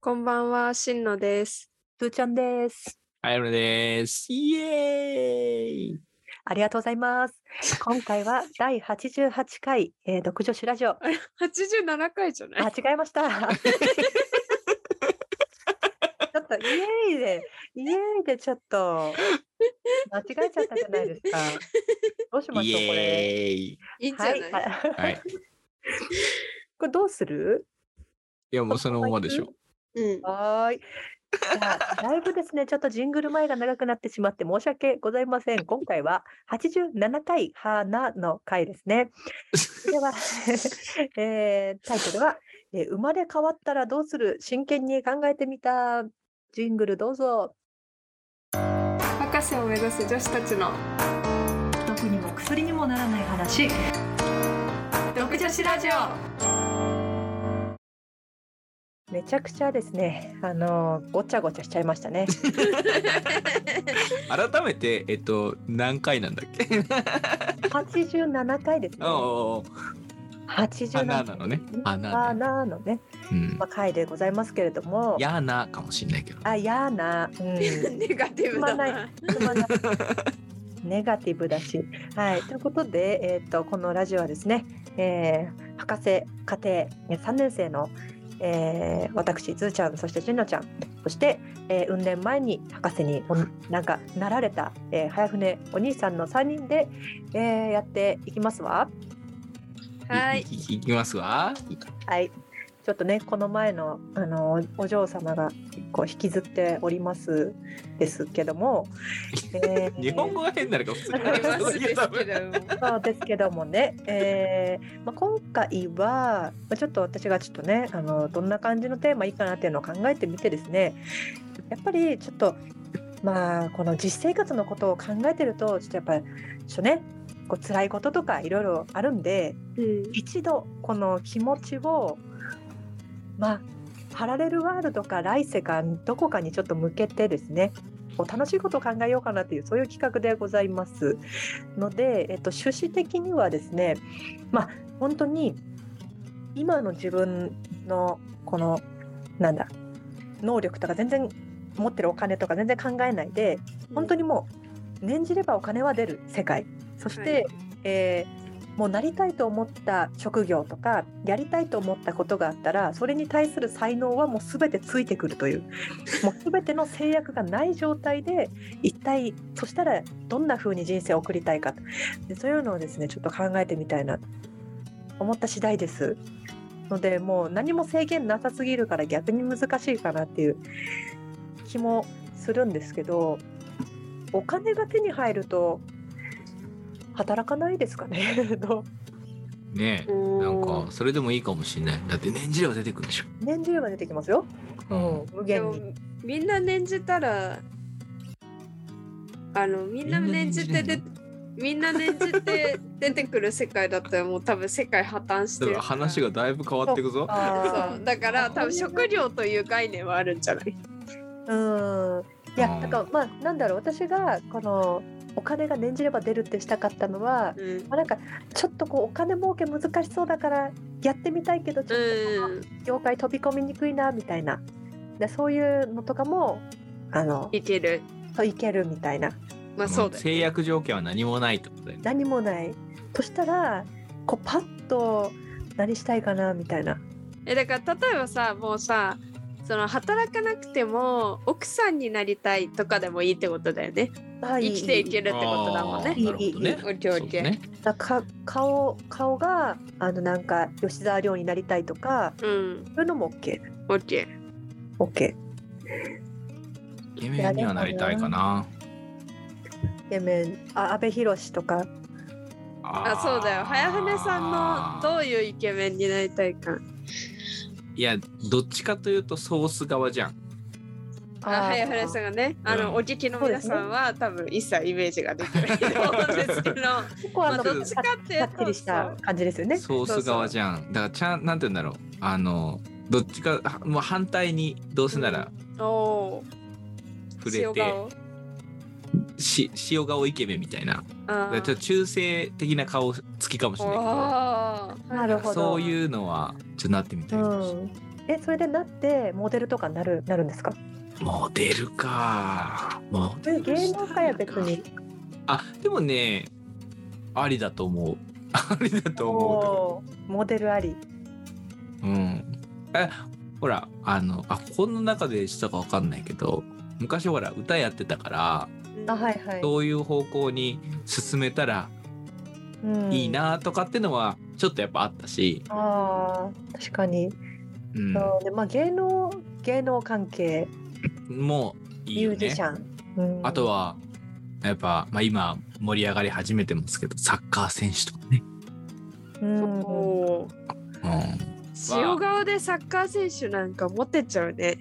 こんばんは、しんのです。ふーちゃんです。はい、俺です。イエーイありがとうございます。今回は第88回、えー、独女子ラ ジオ。あ、 87回じゃない違い ました。ちょっとイエーイで、イエーイでちょっと間違えちゃったじゃないですか。どうしましょう、これ。イいいんじゃな、はいい、はエーイいはい。これどうするいや、もうそのままでしょ。うん。はーい。じゃあだいぶですね、ちょっとジングル前が長くなってしまって申し訳ございません。今回は87回花の回ですね。で は、えータイトルは、えー生まれ変わったらどうする真剣に考えてみたジングルどうぞ博士を目指す女子たちの毒にも薬にもならない話独女子ラジオめちゃくちゃですねあのーごちゃごちゃしちゃいました ね改めて、えっと、何回なんだっ け87回ですね おおお87花なのね花ね花のね、うんま。あ、回でございますけれども嫌なかもしんないけど。あやな、 うん、ネガティブだ な。つまんないネガティブだし。はい、ということで、えー、とこのラジオはですね、えー博士課程えー3年生の、えー私ずーちゃんそしてじんのちゃんそして、えー、運年前に博士におなんかなられた、えー早船お兄さんの3人で、えーやっていきますわ。はいい。いいきますわ。はいちょっとねこの前のあのお嬢様がこう引きずっておりますですけども、えー 日本語が変なのか、普通にあります話ですすけけど。どもそうですけどもね、えーまあ、今回はまあちょっと私がちょっとねあのどんな感じのテーマいいかなっていうのを考えてみてですねやっぱりちょっとまあこの実生活のことを考えてるとちょっとやっぱりちょっとねこう辛いこととかいろいろあるんでうん一度この気持ちをまあパラレルワールドか来世かどこかにちょっと向けてですねこう楽しいことを考えようかなというそういう企画でございますので、えっと、趣旨的にはですねまあ本当に今の自分のこのなんだ能力とか全然持ってるお金とか全然考えないで本当にもう念じればお金は出る世界そして、はいえーもうなりたいと思った職業とかやりたいと思ったことがあったらそれに対する才能はもう全てついてくるというもう全ての制約がない状態で一体そしたらどんな風に人生を送りたいかでそういうのをですねちょっと考えてみたいなと思った次第ですのでもう何も制限なさすぎるから逆に難しいかなっていう気もするんですけどお金が手に入ると働かないですかね どうねえ。なんか、それでもいいかもしんない。だって、年次は出てくるでしょ。年中が出てきますよ、うん、無で限もにみんな念じたらあのみんな念じてでみんな念じて出てくる世界だったらもう多分世界破綻してだかるら話がだいぶ変わっていくぞ。あそうだから多分食料という概念はあるんじゃないーうんいやうんなんかまあなんだろう私がこのお金が念じれば出るってしたかったのは、うんまあ、なんかちょっとこうお金儲け難しそうだからやってみたいけどちょっとこのうん業界飛び込みにくいなみたいなでそういうのとかもあのいけるそういけるみたいなまあそうだよ制約条件は何もないってことだよね。何もないとしたらこうパッと何したいかなみたいなえだから例えばさもうさその働かなくても奥さんになりたいとかでもいいってことだよねあい生いきていけるってことだもんあねーなるほどね。オッケーオッケーそうねだか顔顔があのなんか吉沢亮になりたいとかうんそういうのも OK。オッケー OK。イケメンにはなりたいかな。イケメンあ阿部寛とかあそうだよ早船さんのうどういうイケメンになりたいかいやどっちかというとソース側じゃんあ早原さんがねあの、うんお聞きの皆さんは、多分一切イメージができないと思うんですけどま結構ああのどっちかっていさうっきとりした感じですよね。ソース側じゃんだからちゃんなんて言うんだろうあのどっちかはもう反対にどうせならそうお触ーれ塩て顔し塩顔イケメンみたいなだあからちょっと中性的な顔つきかもしれないけどあなるほどそういうのはちょっとなってみたいかもしれないうんえそれでなってモデルとかなるなるんですかモデルかモそういう芸能界は別にあでもねありだと思う ありだと思うとおーモデルありうん、えほらあのあこの中でしたかわかんないけど昔ほら歌やってたからあはいはい、そういう方向に進めたらうんいいなとかってのはちょっとやっぱあったし、あー確かに、うんそうでまあ、芸能芸能関係もういいミよュージねシ。ャン、うんあとはやっぱ、まあ、今盛り上がり始めてますけどサッカー選手とかね。うんおーうん塩顔でサッカー選手なんかモテちゃうね。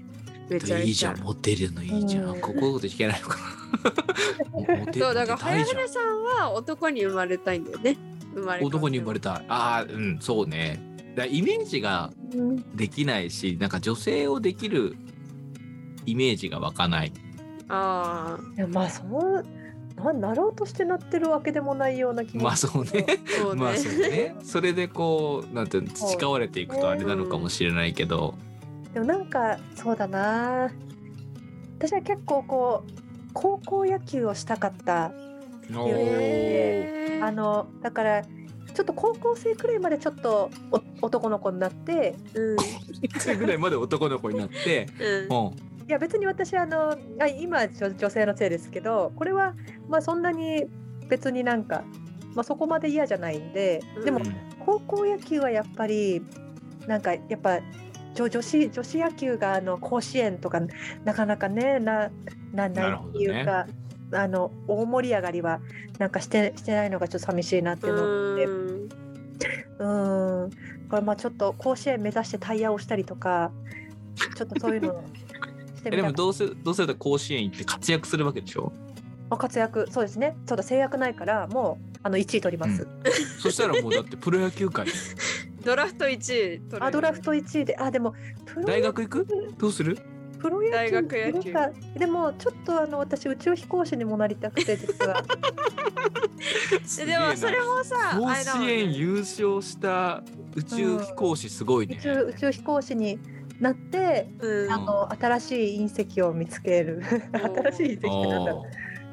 めちゃめいいじちゃゃん。モテるのいいじゃん、うんここのこと聞けないのか なモテモテそうだからたい早じゃん船さんは男に生まれたいんだよね。生まれ変わっても男に生まれたいああうんそうねだからイメージがうんできないしなんか女性をできるイメージが湧かないあいやまあそうななろうとしてなってるわけでもないような気もまあそうねあ、そうね。まあそうねそれでこうなんていうの培われていくとあれなのかもしれないけど、でもなんかそうだな私は結構こう高校野球をしたかったおへーへーあのだからちょっと高校生くらいまでちょっとお男の子になってうんそれぐらいまで男の子になってうんもいや別に私あのあ今女女性のせいですけどこれはまあそんなに別になんか、まあ、そこまで嫌じゃないんででうもん、高校野球はやっぱりなんかやっぱ女女子女子野球があの甲子園とかなかなかねなななないるっほてどねいうか、あの大盛り上がりはなんかしてしてないのがちょっと寂しいなっていうのがあってうんうんこれまあちょっと甲子園目指してタイヤをしたりとかちょっとそういうのをしてえみでたもいどうせどうせだったら甲子園行って活躍するわけでしょ 活躍そうですねそうだ制約ないからもうあの1位取ります、そしたらもうだってプロ野球界ドラフト1位取れるあドラフト1位であでもプロ大学行くどうするプロ野球大学野球いるかでもちょっとあの私宇宙飛行士にもなりたくて実 はえでもそれもさ甲あれだもん子ね園優勝した宇宙飛行士すごい宇ね。宙宇宙飛行士になって、うんあの新しい隕石を見つける新しい隕石ってなんだろおー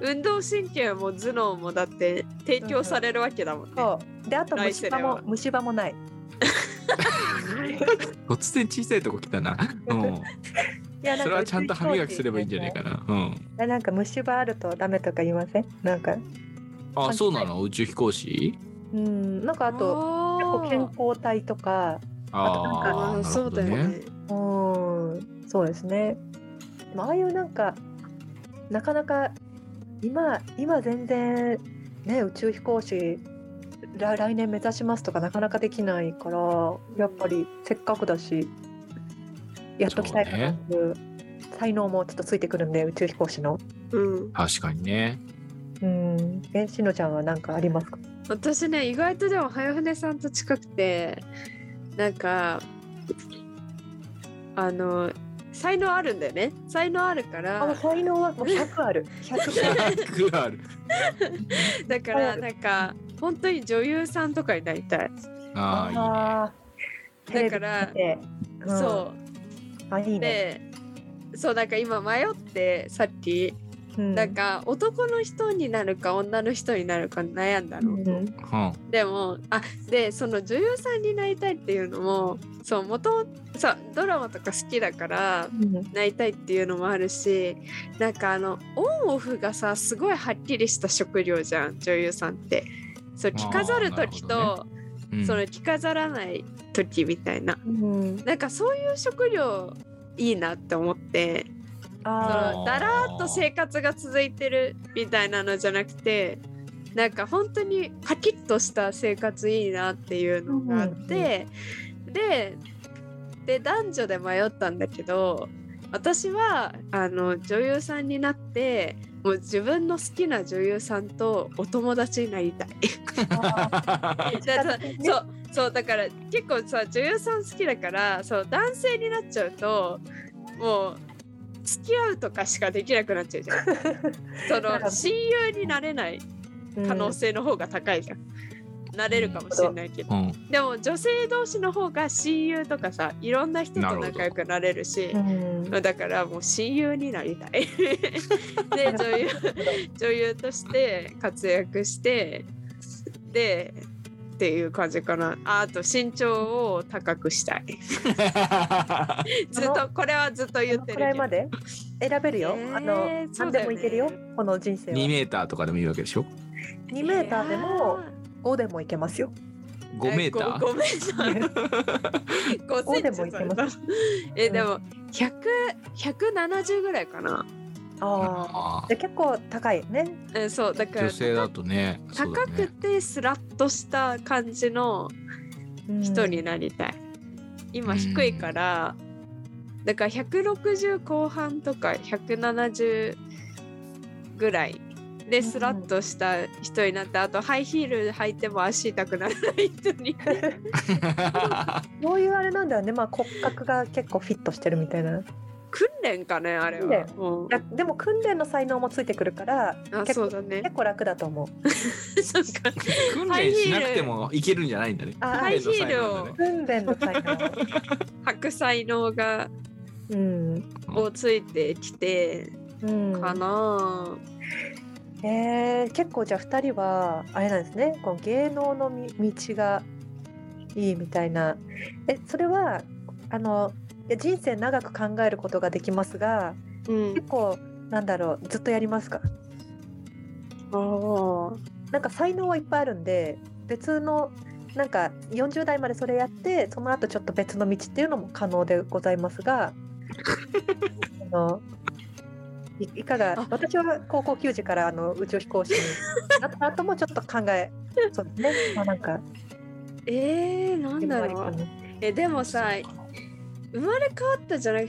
運動神経も頭脳もだって提供されるわけだもんねう。そうであと虫歯来世もでは虫歯もない突然小さいとこ来たな。うん。いやそれはちゃんと歯磨きすればいいんじゃないなかな。うん。いやなんか虫歯あるとダメとか言いませんなんかあ、そうなの宇宙飛行士うんなんかあと結構健康康体とかああ、なるそほうだどよね。ね。うんそうですねでもああいうなんかなかなか今今全然ね宇宙飛行士来来年目指しますとかなかなかできないからやっぱりせっかくだしやっときたいかなっていう才能もちょっとついてくるんで宇宙飛行士のうん、確かに ね。うんえしのちゃんは何かありますか私ね意外とでも早船さんと近くてなんかあの才能あるんだよね才能あるからあ才能 はもう100ある100 100ある。だからなんか本当に女優さんとかになりたい、ああーテレビ見てうんそあいいうね、でそうなんか今迷ってさっき、うんなんか男の人になるか女の人になるか悩んだうの、んあ、いいね。でもあでその女優さんになりたいっていうのもそう元さドラマとか好きだからうんなりたいっていうのもあるしなんかあのオンオフがさすごいはっきりした職業じゃん女優さんってそうあー着飾る時なるほとうん。うんその着飾らない時みたいなうん、なんかそういう職業いいなって思ってそあのだらーっと生活が続いてるみたいなのじゃなくてなんか本当にパキッとした生活いいなっていうのがあって、でで男女で迷ったんだけど私はあの女優さんになってもう自分の好きな女優さんとお友達になりたい。あだからそうそうだから結構さ女優さん好きだからそう男性になっちゃうともう付き合うとかしかできなくなっちゃう じゃんそなるほのど親友になれない可能性の方が高いじゃん、なれるかもしれないけど、うんでも女性同士の方が親友とかさいろんな人と仲良くなれるしうんだからもう親友になり たいで女優女優として活躍してでっていう感じかなああと身長を高くしたいずっとこれはずっと言っこてのるくらいけどまで選べるよ。あのえーそうだ何でよもねいけるよ。この人生は。 2メーターとかでもいいわけでしょ2メーターでも5でもいけますよ。 5メーター5メーター5センチ5でもいけますえでも100170ぐらいかな、あああ。で結構高いね。うん、そうだーから女性だとねそうだ高くねてスラッとした感じのうん人になりたい、今低いから、だから160後半とか170ぐらいでスラッとした人になって、あとハイヒール履いても足痛くならない人 にそういうあれなんだよね。まあ骨格が結構フィットしてるみたいな。訓練かねあれ訓は、練うんだでも訓練の才能もついてくるからあ結そ構うだね結構楽だと思う。 なんか訓練しなくてもいけるんじゃないんだねあハイヒールを訓練の才 能。履く才能がうん。をついてきてうん。かな、えー、結構じゃあ2人はあれなんですねこの芸能のみ道がいいみたいなえそれはあのいや人生長く考えることができますがうん結構なんだろうずっとやりますかあなんか才能はいっぱいあるんで別のなんか40代までそれやってその後ちょっと別の道っていうのも可能でございま すがあのいいかがあ私は高校球児からあの宇宙飛行士になった後もちょっと考 えそうですね、まあ、なんかえー、なんだろありうかなえでもさ生まれ変わったじゃなく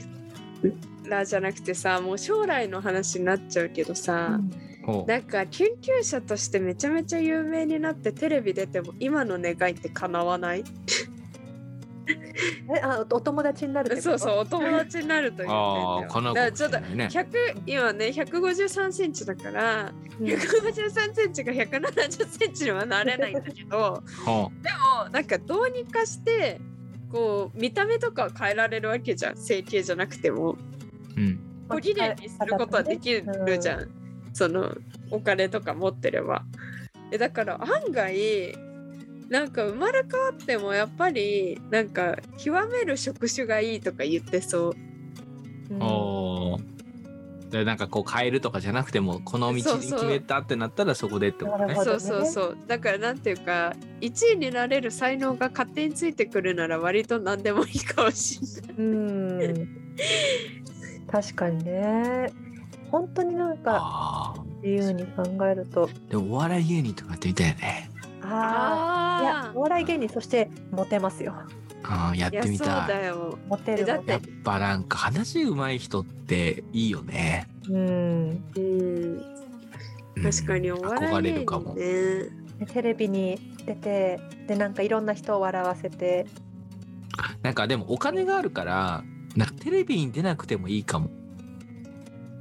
らじゃなくてさもう将来の話になっちゃうけどさ、ほうなんか研究者としてめちゃめちゃ有名になってテレビ出ても今の願いって叶わ ないえあおお友達になるってことそうそうお友達になるというああ点かなだようだかからもちしょっれとないね100今ね153センチだからうん153センチが170センチにはなれないんだけど ほもうなんかどうにかしてこう見た目とかは変えられるわけじゃん整形じゃなくてもううんこう綺麗にすることはできるじゃん、そのお金とか持ってればえだから案外なんか生まれ変わってもやっぱりなんか極める職種がいいとか言ってそううんおでなんかこう変えるとかじゃなくてもこの道そうにそう決めたってなったらそこでってことなねるほそどうそうそうだからなんていうか1位になれる才能が勝手についてくるなら割と何でもいいかもしれない。うん確かにね本当になんかああ自由に考えるとでもお笑い芸人とかやってみたいよねああいあやーお笑い芸人そしてモテますようんやっいやてみそうたいだよ。モテえるだモっテてやっぱなんか話うまい人っていいよねるううんん、うん確かにお笑憧いれ芸るか人もね。でテレビに出てでなんかいろんな人を笑わせてなんかでもお金があるからなんかテレビに出なくてもいいかも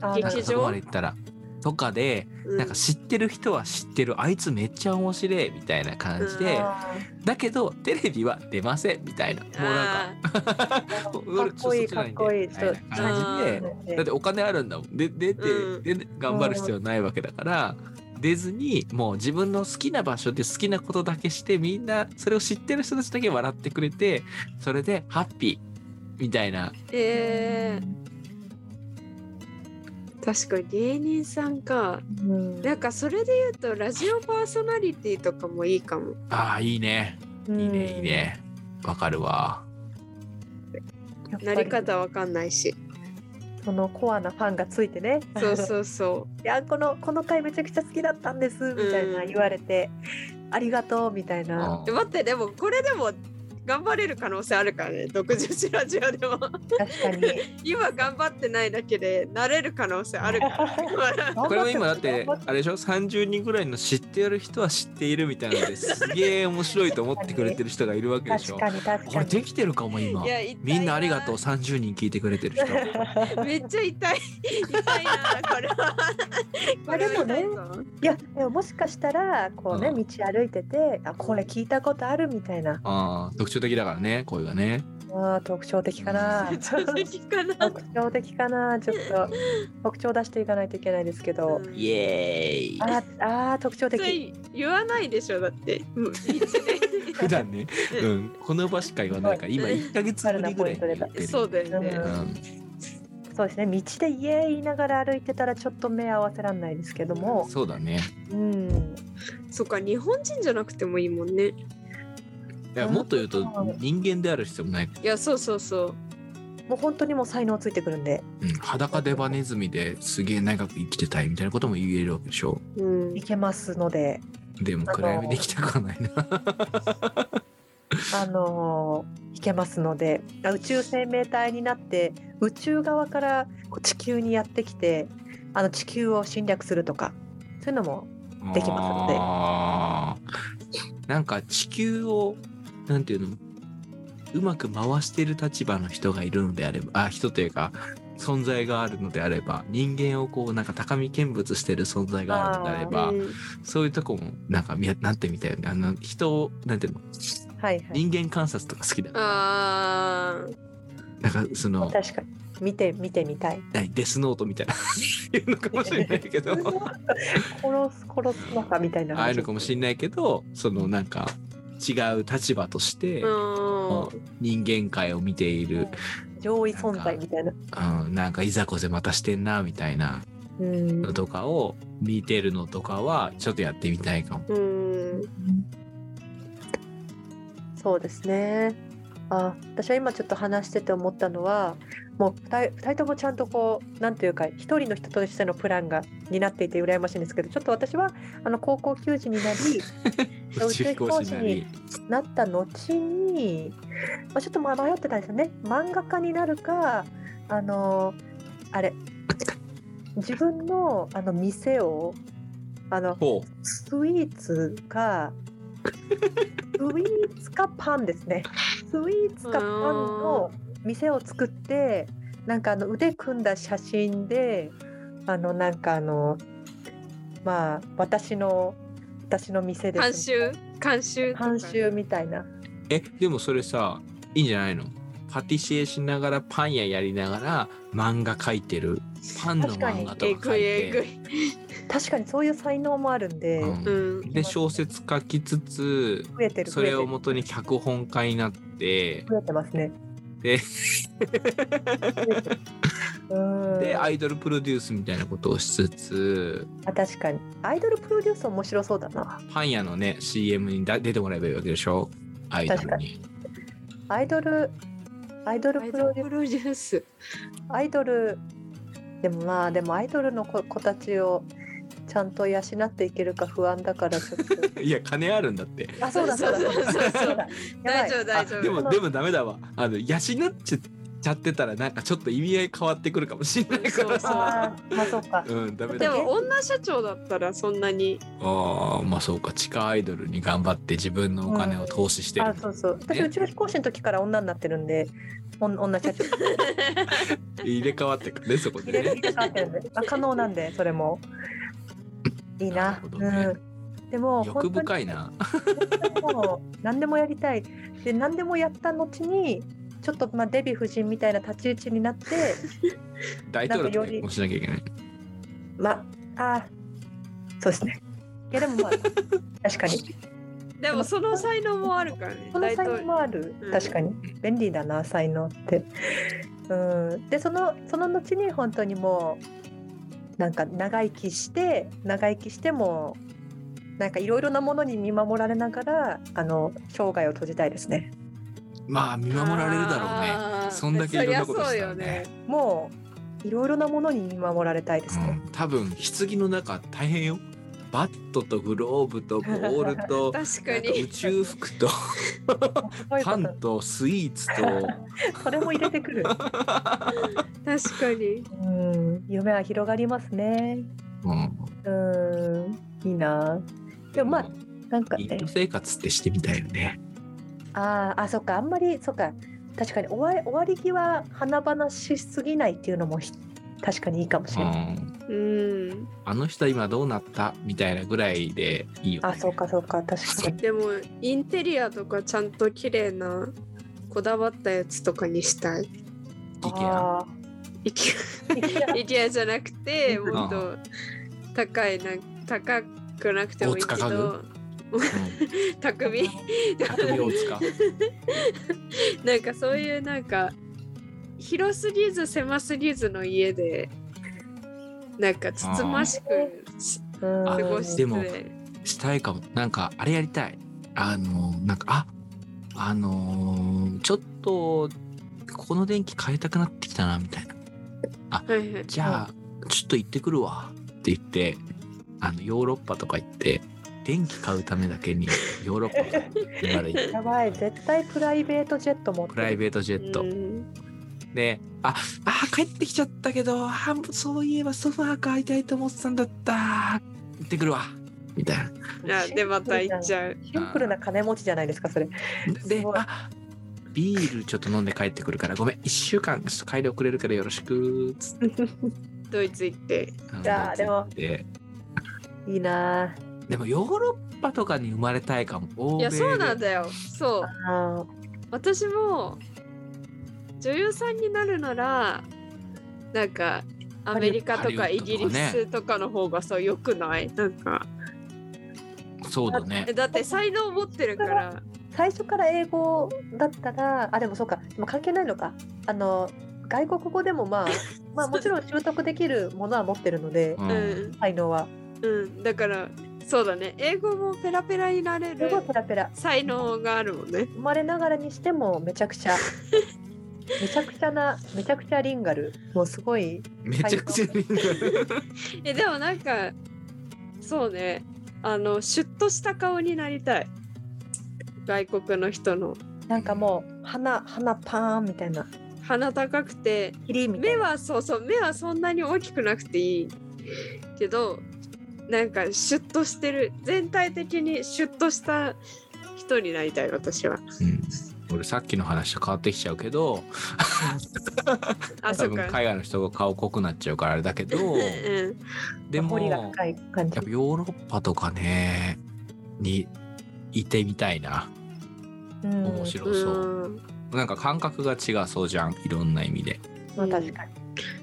あ劇ー場そこまで言ったらとかでうなんか知ってる人は知ってるあいつめっちゃ面白いみたいな感じであだけどテレビは出ませんみたいなもうなんかあーーもうかっこいいちょかっとこいいみちょったいとな感じでうんだってお金あるんだもんで出て、うんで頑張る必要ないわけだから、出ずにもう自分の好きな場所で好きなことだけしてみんなそれを知ってる人たちだけ笑ってくれてそれでハッピーみたいなえー、確かに芸人さんか。うんなんかそれで言うとラジオパーソナリティとかもいいかも。あーいいねいいいねいいねわかるわなり方わかんないし。そのコアなファンがついてねそうそうそ いやこのこの回めちゃくちゃ好きだったんですみたいなうん言われて、ありがとうみたいな う。待ってでもこれでも頑張れる可能性あるからね独自しラジオでも 確かに。今頑張ってないだけでなれる可能性あるから これも今だって頑張あれでしょ30人ぐらいの知ってる人は知っているみたいなのですげえ面白いと思ってくれてる人がいるわけでし 確ょかに確こかれにで。きてるかも今いや痛いなみんなありがとう30人聞いてくれてる 人めっちゃ痛い痛いなこ れはまあでもこれは痛ねいぞ いやでももしかしたらこうねう道歩いててあこれ聞いたことあるみたいなああ特徴的だからね声がねあー特徴的か な正直かな特徴的かなちょっと特徴出していかないといけないですけど、うんイエーイあーあー特徴それ的言わないでしょだってうん 普段ね、うん、この場しか言わないから今1か月ぶりぐらいに言ってるそうだようねんそうですね道で「イエーイ」言いながら歩いてたらちょっと目合わせらんないですけども、そうだねうん、そっか日本人じゃなくてもいいもんねいやもっと言うと人間である必要もない、いやそうそうそうもう本当にもう才能ついてくるんでうん、裸デバネズミですげえ長く生きてたいみたいなことも言えるわけでしょうんいけますのででも暗闇できたくはないなあのーいけますのであ宇宙生命体になって宇宙側からこう地球にやってきてあの地球を侵略するとかそういうのもできますのであーなんか地球をなんていうのうまく回してる立場の人がいるのであればあ人というか存在があるのであれば人間をこうなんか高み見物してる存在があるのであればうんそういうとこもなんかみなってみたよねあの人をなんていうのはいはい人間観察とか好きだあーなんかその確かに見て見てみたい 何デスノートみたいないうのかもしれない けど殺す殺すのかみたいなああいうのかもしれないけどそのなんか違う立場として、うん人間界を見ている、上位存在みたいなうん、なんかいざこぜまたしてんなみたいなうんのとかを見てるのとかはちょっとやってみたいかも。うんそうですねあ私は今ちょっと話してて思ったのはもう二人二人ともちゃんとこうなんていうか一人の人としてのプランがになっていて羨ましいんですけどちょっと私はあの高校球児になり宇宙飛行士になり、なった後に、まあ、ちょっとま迷ってたんですよね漫画家になるかあのあれ自分のあの店をあのほスイーツかスイーツかパンですね。スイーツかパンの店を作って、なんかあの腕組んだ写真で、あのなんかあのまあ私の私の店で監す。修監修とか監修みたいな。うえでもそれさいいんじゃないのパティシエしながらパン屋やりながら漫画描いてるパンの漫画えとかぐ描いえいぐて、い確かにそういう才能もあるんで、うんうんで小説書きつつ増えてるそ増えてれをる元に脚本家になって増えてますね。で うんでアイドルプロデュースみたいなことをしつつあ確かにアイドルプロデュース面白そうだな。パン屋のね CM にだ出てもらえばいいわけでしょアイドルにアイドルアイドルアイプドロルデュプロデュースアイドルでもまあでもアイドルの子子たちをちゃんと養っていけるか不安だからちょっといや金あるんだって あそうだそうだそうそうそうそうそうだやば大丈夫大丈夫いあでもでもダメだわあの養っちゃちゃってたらなんかちょっと意味合い変わってくるかもしれないからそうさあーまあそうかうんダメでだも女社長だったらそんなにああまあそうか地下アイドルに頑張って自分のお金を投資してる、あそうそう私ね宇宙飛行士の時から女になってるんでおん女社長入れ替わってくるねそこ入でれねて変わってる んで、まあ、可能なんでそれもいいななるほどねうん、でも欲本当に深いなもう何でもやりたいで何でもやった後にちょっとまあデヴィ夫人みたいな立ち位置になって大統領となんかより結婚しなきゃいけない まあーそうですねいやでもまあ確か にでもその才能もあるからねこの才能もあるうん確かに便利だな才能ってうんでそのその後に本当にもうなんか長生きして長生きしてもなんかいろいろなものに見守られながらあの生涯を閉じたいですねまあ見守られるだろうねねそんだけいろんなことしたらねもういろいろなものに見守られたいですね、うん、多分棺の中大変よバットとグローブとボール と確かなんか宇に宙服とそういうパこンとスイーツ ととそれも入れてく る。確かにうん、夢は広がりますね。うんうん、いいな。でもまあ、なんかイねンド。生活ってしてみたいよね。あーあ、そっか、あんまり、そっか。確かに、終わり、終わり際、華々しすぎないっていうのもひ。確かにいいかもしうれない。ん、うんあの人は今どうなったみたいなぐらいでいいよ、ね。あ、そうか、そうか、確か に。でもインテリアとかちゃんと綺麗なこだわったやつとかにしたいイケア。あイ ケーイケアアイケアじゃなくてもっと高いな高くなくてもいいけ大塚家ど匠 うん匠大塚。 なんかそういうなんか広すぎず狭すぎずの家でなんかつつましくしうんあ過ごしてでもしたいかも。なんかあれやりたい。あのなんかああのーちょっとここの電気変えたくなってきたなみたいな。はいはいじゃあちょっと行ってくるわって言ってあのヨーロッパとか行って電気買うためだけにヨーロッパから今で行ってやばい、絶対プライベートジェット持ってプライる。ベートジェット。うんで、あ、あ、帰ってきちゃったけど、あ、そういえばソファー買いたいと思ってたんだった。行ってくるわ。みたいな。あでまた行っちゃゃうシンプルな金持ちじゃないですか、それ。すでご、いあ、ビールちょっと飲んで帰ってくるから、ごめん、1週間ちょっと帰り遅れるからよろしく。つって。ドイツ行ってうんいやーでも。で、いいなでもヨーロッパとかに生まれたいかも。欧米いやそうなんでだよそうあ。あ私も女優さんになるならなんかアメリカとかハイリウッドとかギねリスとかの方がさ良くないなんかそうだねえ。だって才能持ってるから最初から英語だったらあでもそうかでも関係ないのかあの外国語でも まあまあもちろん習得できるものは持ってるのでう。うんん、才能はうん、だからそうだね英語もペラペラになれするごいペラペラ才能があるもんね生まれながらにしてもめちゃく ちゃめちゃくちゃなめちゃくちゃリンガルもうすごいめちゃくちゃリンガルえでもなんかそうねあのシュッとした顔になりたい外国の人のなんかもう鼻鼻パーンみたいな鼻高くて霧みた目いなはそうそう目はそんなに大きくなくていいけどなんかシュッとしてる全体的にシュッとした人になりたい私はうん俺さっきの話と変わってきちゃうけどあそ多っ分か海外の人が顔濃くなっちゃうからあれだけど うんでも彫りがや深い感じっぱヨーロッパとかねにいてみたいなうん面白うそう、んなんか感覚が違うそうじゃんいろんな意味で、まあ確かに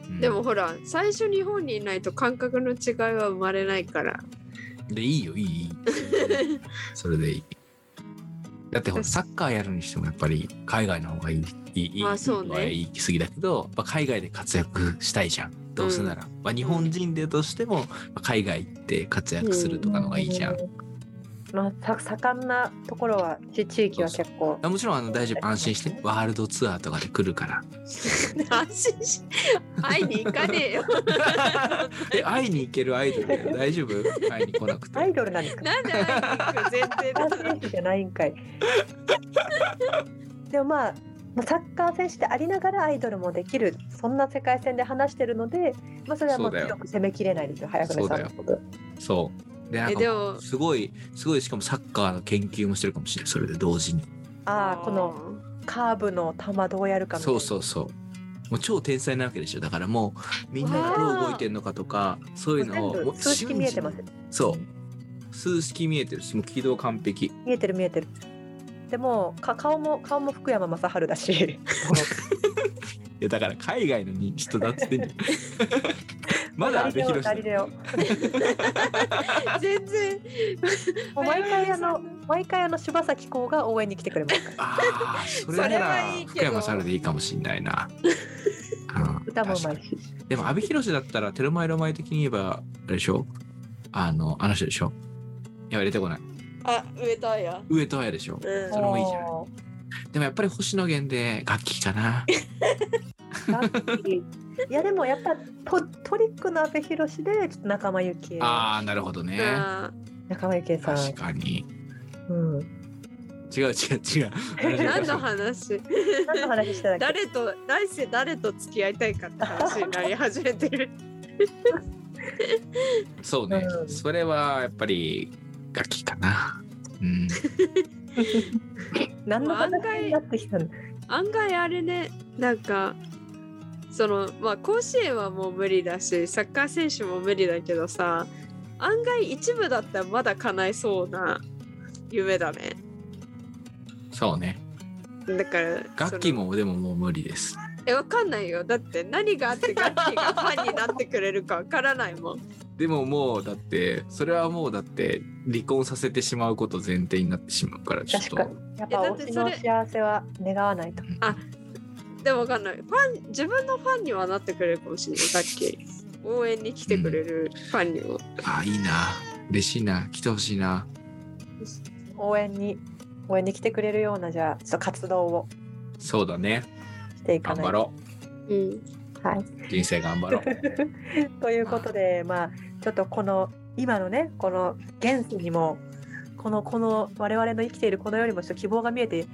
うんでもほら最初日本にいないと感覚の違いは生まれないからでいいよいいいいそれでいいだってほらサッカーやるにしてもやっぱり海外の方がいいいいいいまあそうねいいのは言い過ぎだけど、まあ、海外で活躍したいじゃんどうせなら、まあ、日本人でとしてもまあ海外行って活躍するとかのがいいじゃん、うまあさ盛んなところは地地域は結構あもちろんあの大丈夫安心してワールドツアーとかで来るから安心し会いに行かねえよえ会いに行けるアイドルだよ大丈夫会いに来なくてアイドルなんですかなんで会いに行く前提サだッカ ー選手じゃないんかい。でもまあ、まあ、サッカー選手でありながらアイドルもできるそんな世界線で話してるので、まあ、それはもうそうだよ強く攻めきれないですよ早船さんのこと。そうでなんえでかもすごいすごいしかもサッカーの研究もしてるかもしれないそれで同時にああこのカーブの球どうやるかみたいそなうそうそうもう超天才なわけでしょだからもうみんながどう動いてるのかとかそういうのもうを全もう部数式見えてます瞬時にそう数式見えてるしもう軌道完 璧見えてる見えてる。でもか顔も顔も福山雅治だしいやだから海外の人だっつってん じゃんまだ阿ガリ部レオ寛 ガだリレオ全然もう毎回早船あのさん毎回あの柴咲コウが応援に来てくれますからああ、それなそれらはいいけ福ど山猿でいいかもしんないな。う ん歌もうま確いかしにでも阿部寛だったらテルマエロマエ的に言えばあれでしょあのあの人でしょやばい入れてこないあ上田や上戸彩でしょうんそれもいいじゃんもでもやっぱり星野源で楽器かなう楽器いやでもやっぱトトリックの阿部寛でちょっと仲間由紀恵 ああなるほどねあ仲間由紀恵さん、確かにうん、違う違 う違う ー何の話何の話してたっけ誰と来世誰と付き合いたいかって話 になり始めてるそうね、うんそれはやっぱりガキかなうん 何の話になってきたの案外あれねなんかそのまあ甲子園はもう無理だしサッカー選手も無理だけどさ案外一部だったらまだ叶えそうな夢だねそうねだから楽器そのもでももう無理ですえわかんないよだって何があって楽器がファンになってくれるかわからないもんでももうだってそれはもうだって離婚させてしまうこと前提になってしまうからちょっ確とかにやっぱえだって推しのそれ幸せは願わないとでもわかんないファン自分のファンにはなってくれるかもしれない楽器応援に来てくれるファンにも、あいいな嬉しいな来てほしいな応援に応援に来てくれるようなじゃあちょっと活動をそうだねしていかな頑いと。張ろうん、はい、う人生頑張ろうということでまあちょっとこの今のねこの現世にもこのこの我々の生きているこのよりもちょっと希望が見えて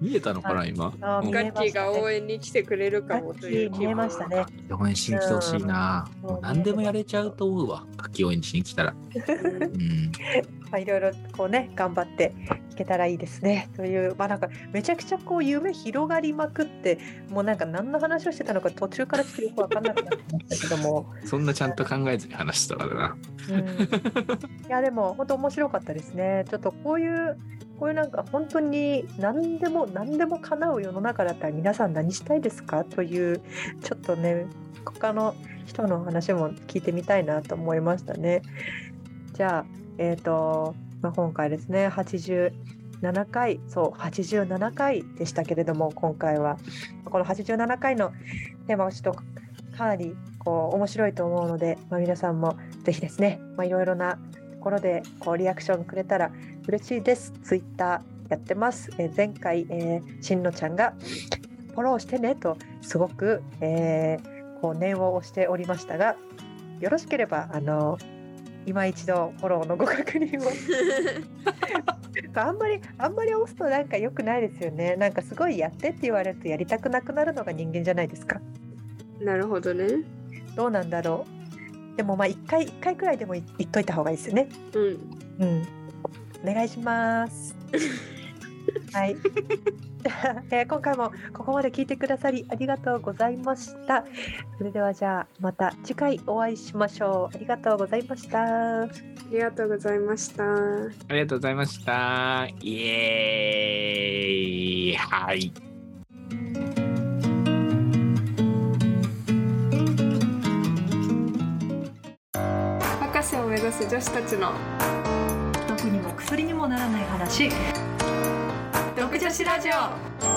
見えたのかな今 あうん見ガえッキーが応援に来てくれるかもというガッキー見えましたね応援しに来てほしいな、うんもう何でもやれちゃうと思うわ楽器応援しに来たらうんまあ、いろいろこうね頑張っていけたらいいですねというまあなんかめちゃくちゃこう夢広がりまくってもうなんか何の話をしてたのか途中からちょっとよく分かんなくなってましたけども、そんなちゃんと考えずに話してたからなうん、いやでも本当面白かったですねちょっとこういうこういうなんか本当に何でも何でも叶う世の中だったら皆さん何したいですかというちょっとね他の人の話も聞いてみたいなと思いましたね。じゃあ、えーとまあ、今回ですね87回そう87回でしたけれども今回はこの87回のテーマをちょっとかなりこう面白いと思うので、まあ、皆さんもぜひですね、まあ、いろいろなところでこうリアクションくれたら嬉しいです。ツイッターやってます。えー前回、えー、しんのちゃんがフォローしてねとすごく、えーこう念を押しておりましたが、よろしければあの今一度フォローのご確認を。 あんまりあんまり押すとなんか良くないですよね。なんかすごいやってって言われるとやりたくなくなるのが人間じゃないですか。 なるほどねどうなんだろう。でもまあ一回一回くらいでもい言っといた方がいいですよね。うんうん、お願いします。はい。 じゃあえー今回もここまで聞いてくださりありがとうございました。それではじゃあまた次回お会いしましょう。ありがとうございました。ありがとうございましたありがとうございましたイエーイはい博士を目指す女子たちの毒にも薬にもならない話。独女子ラジオ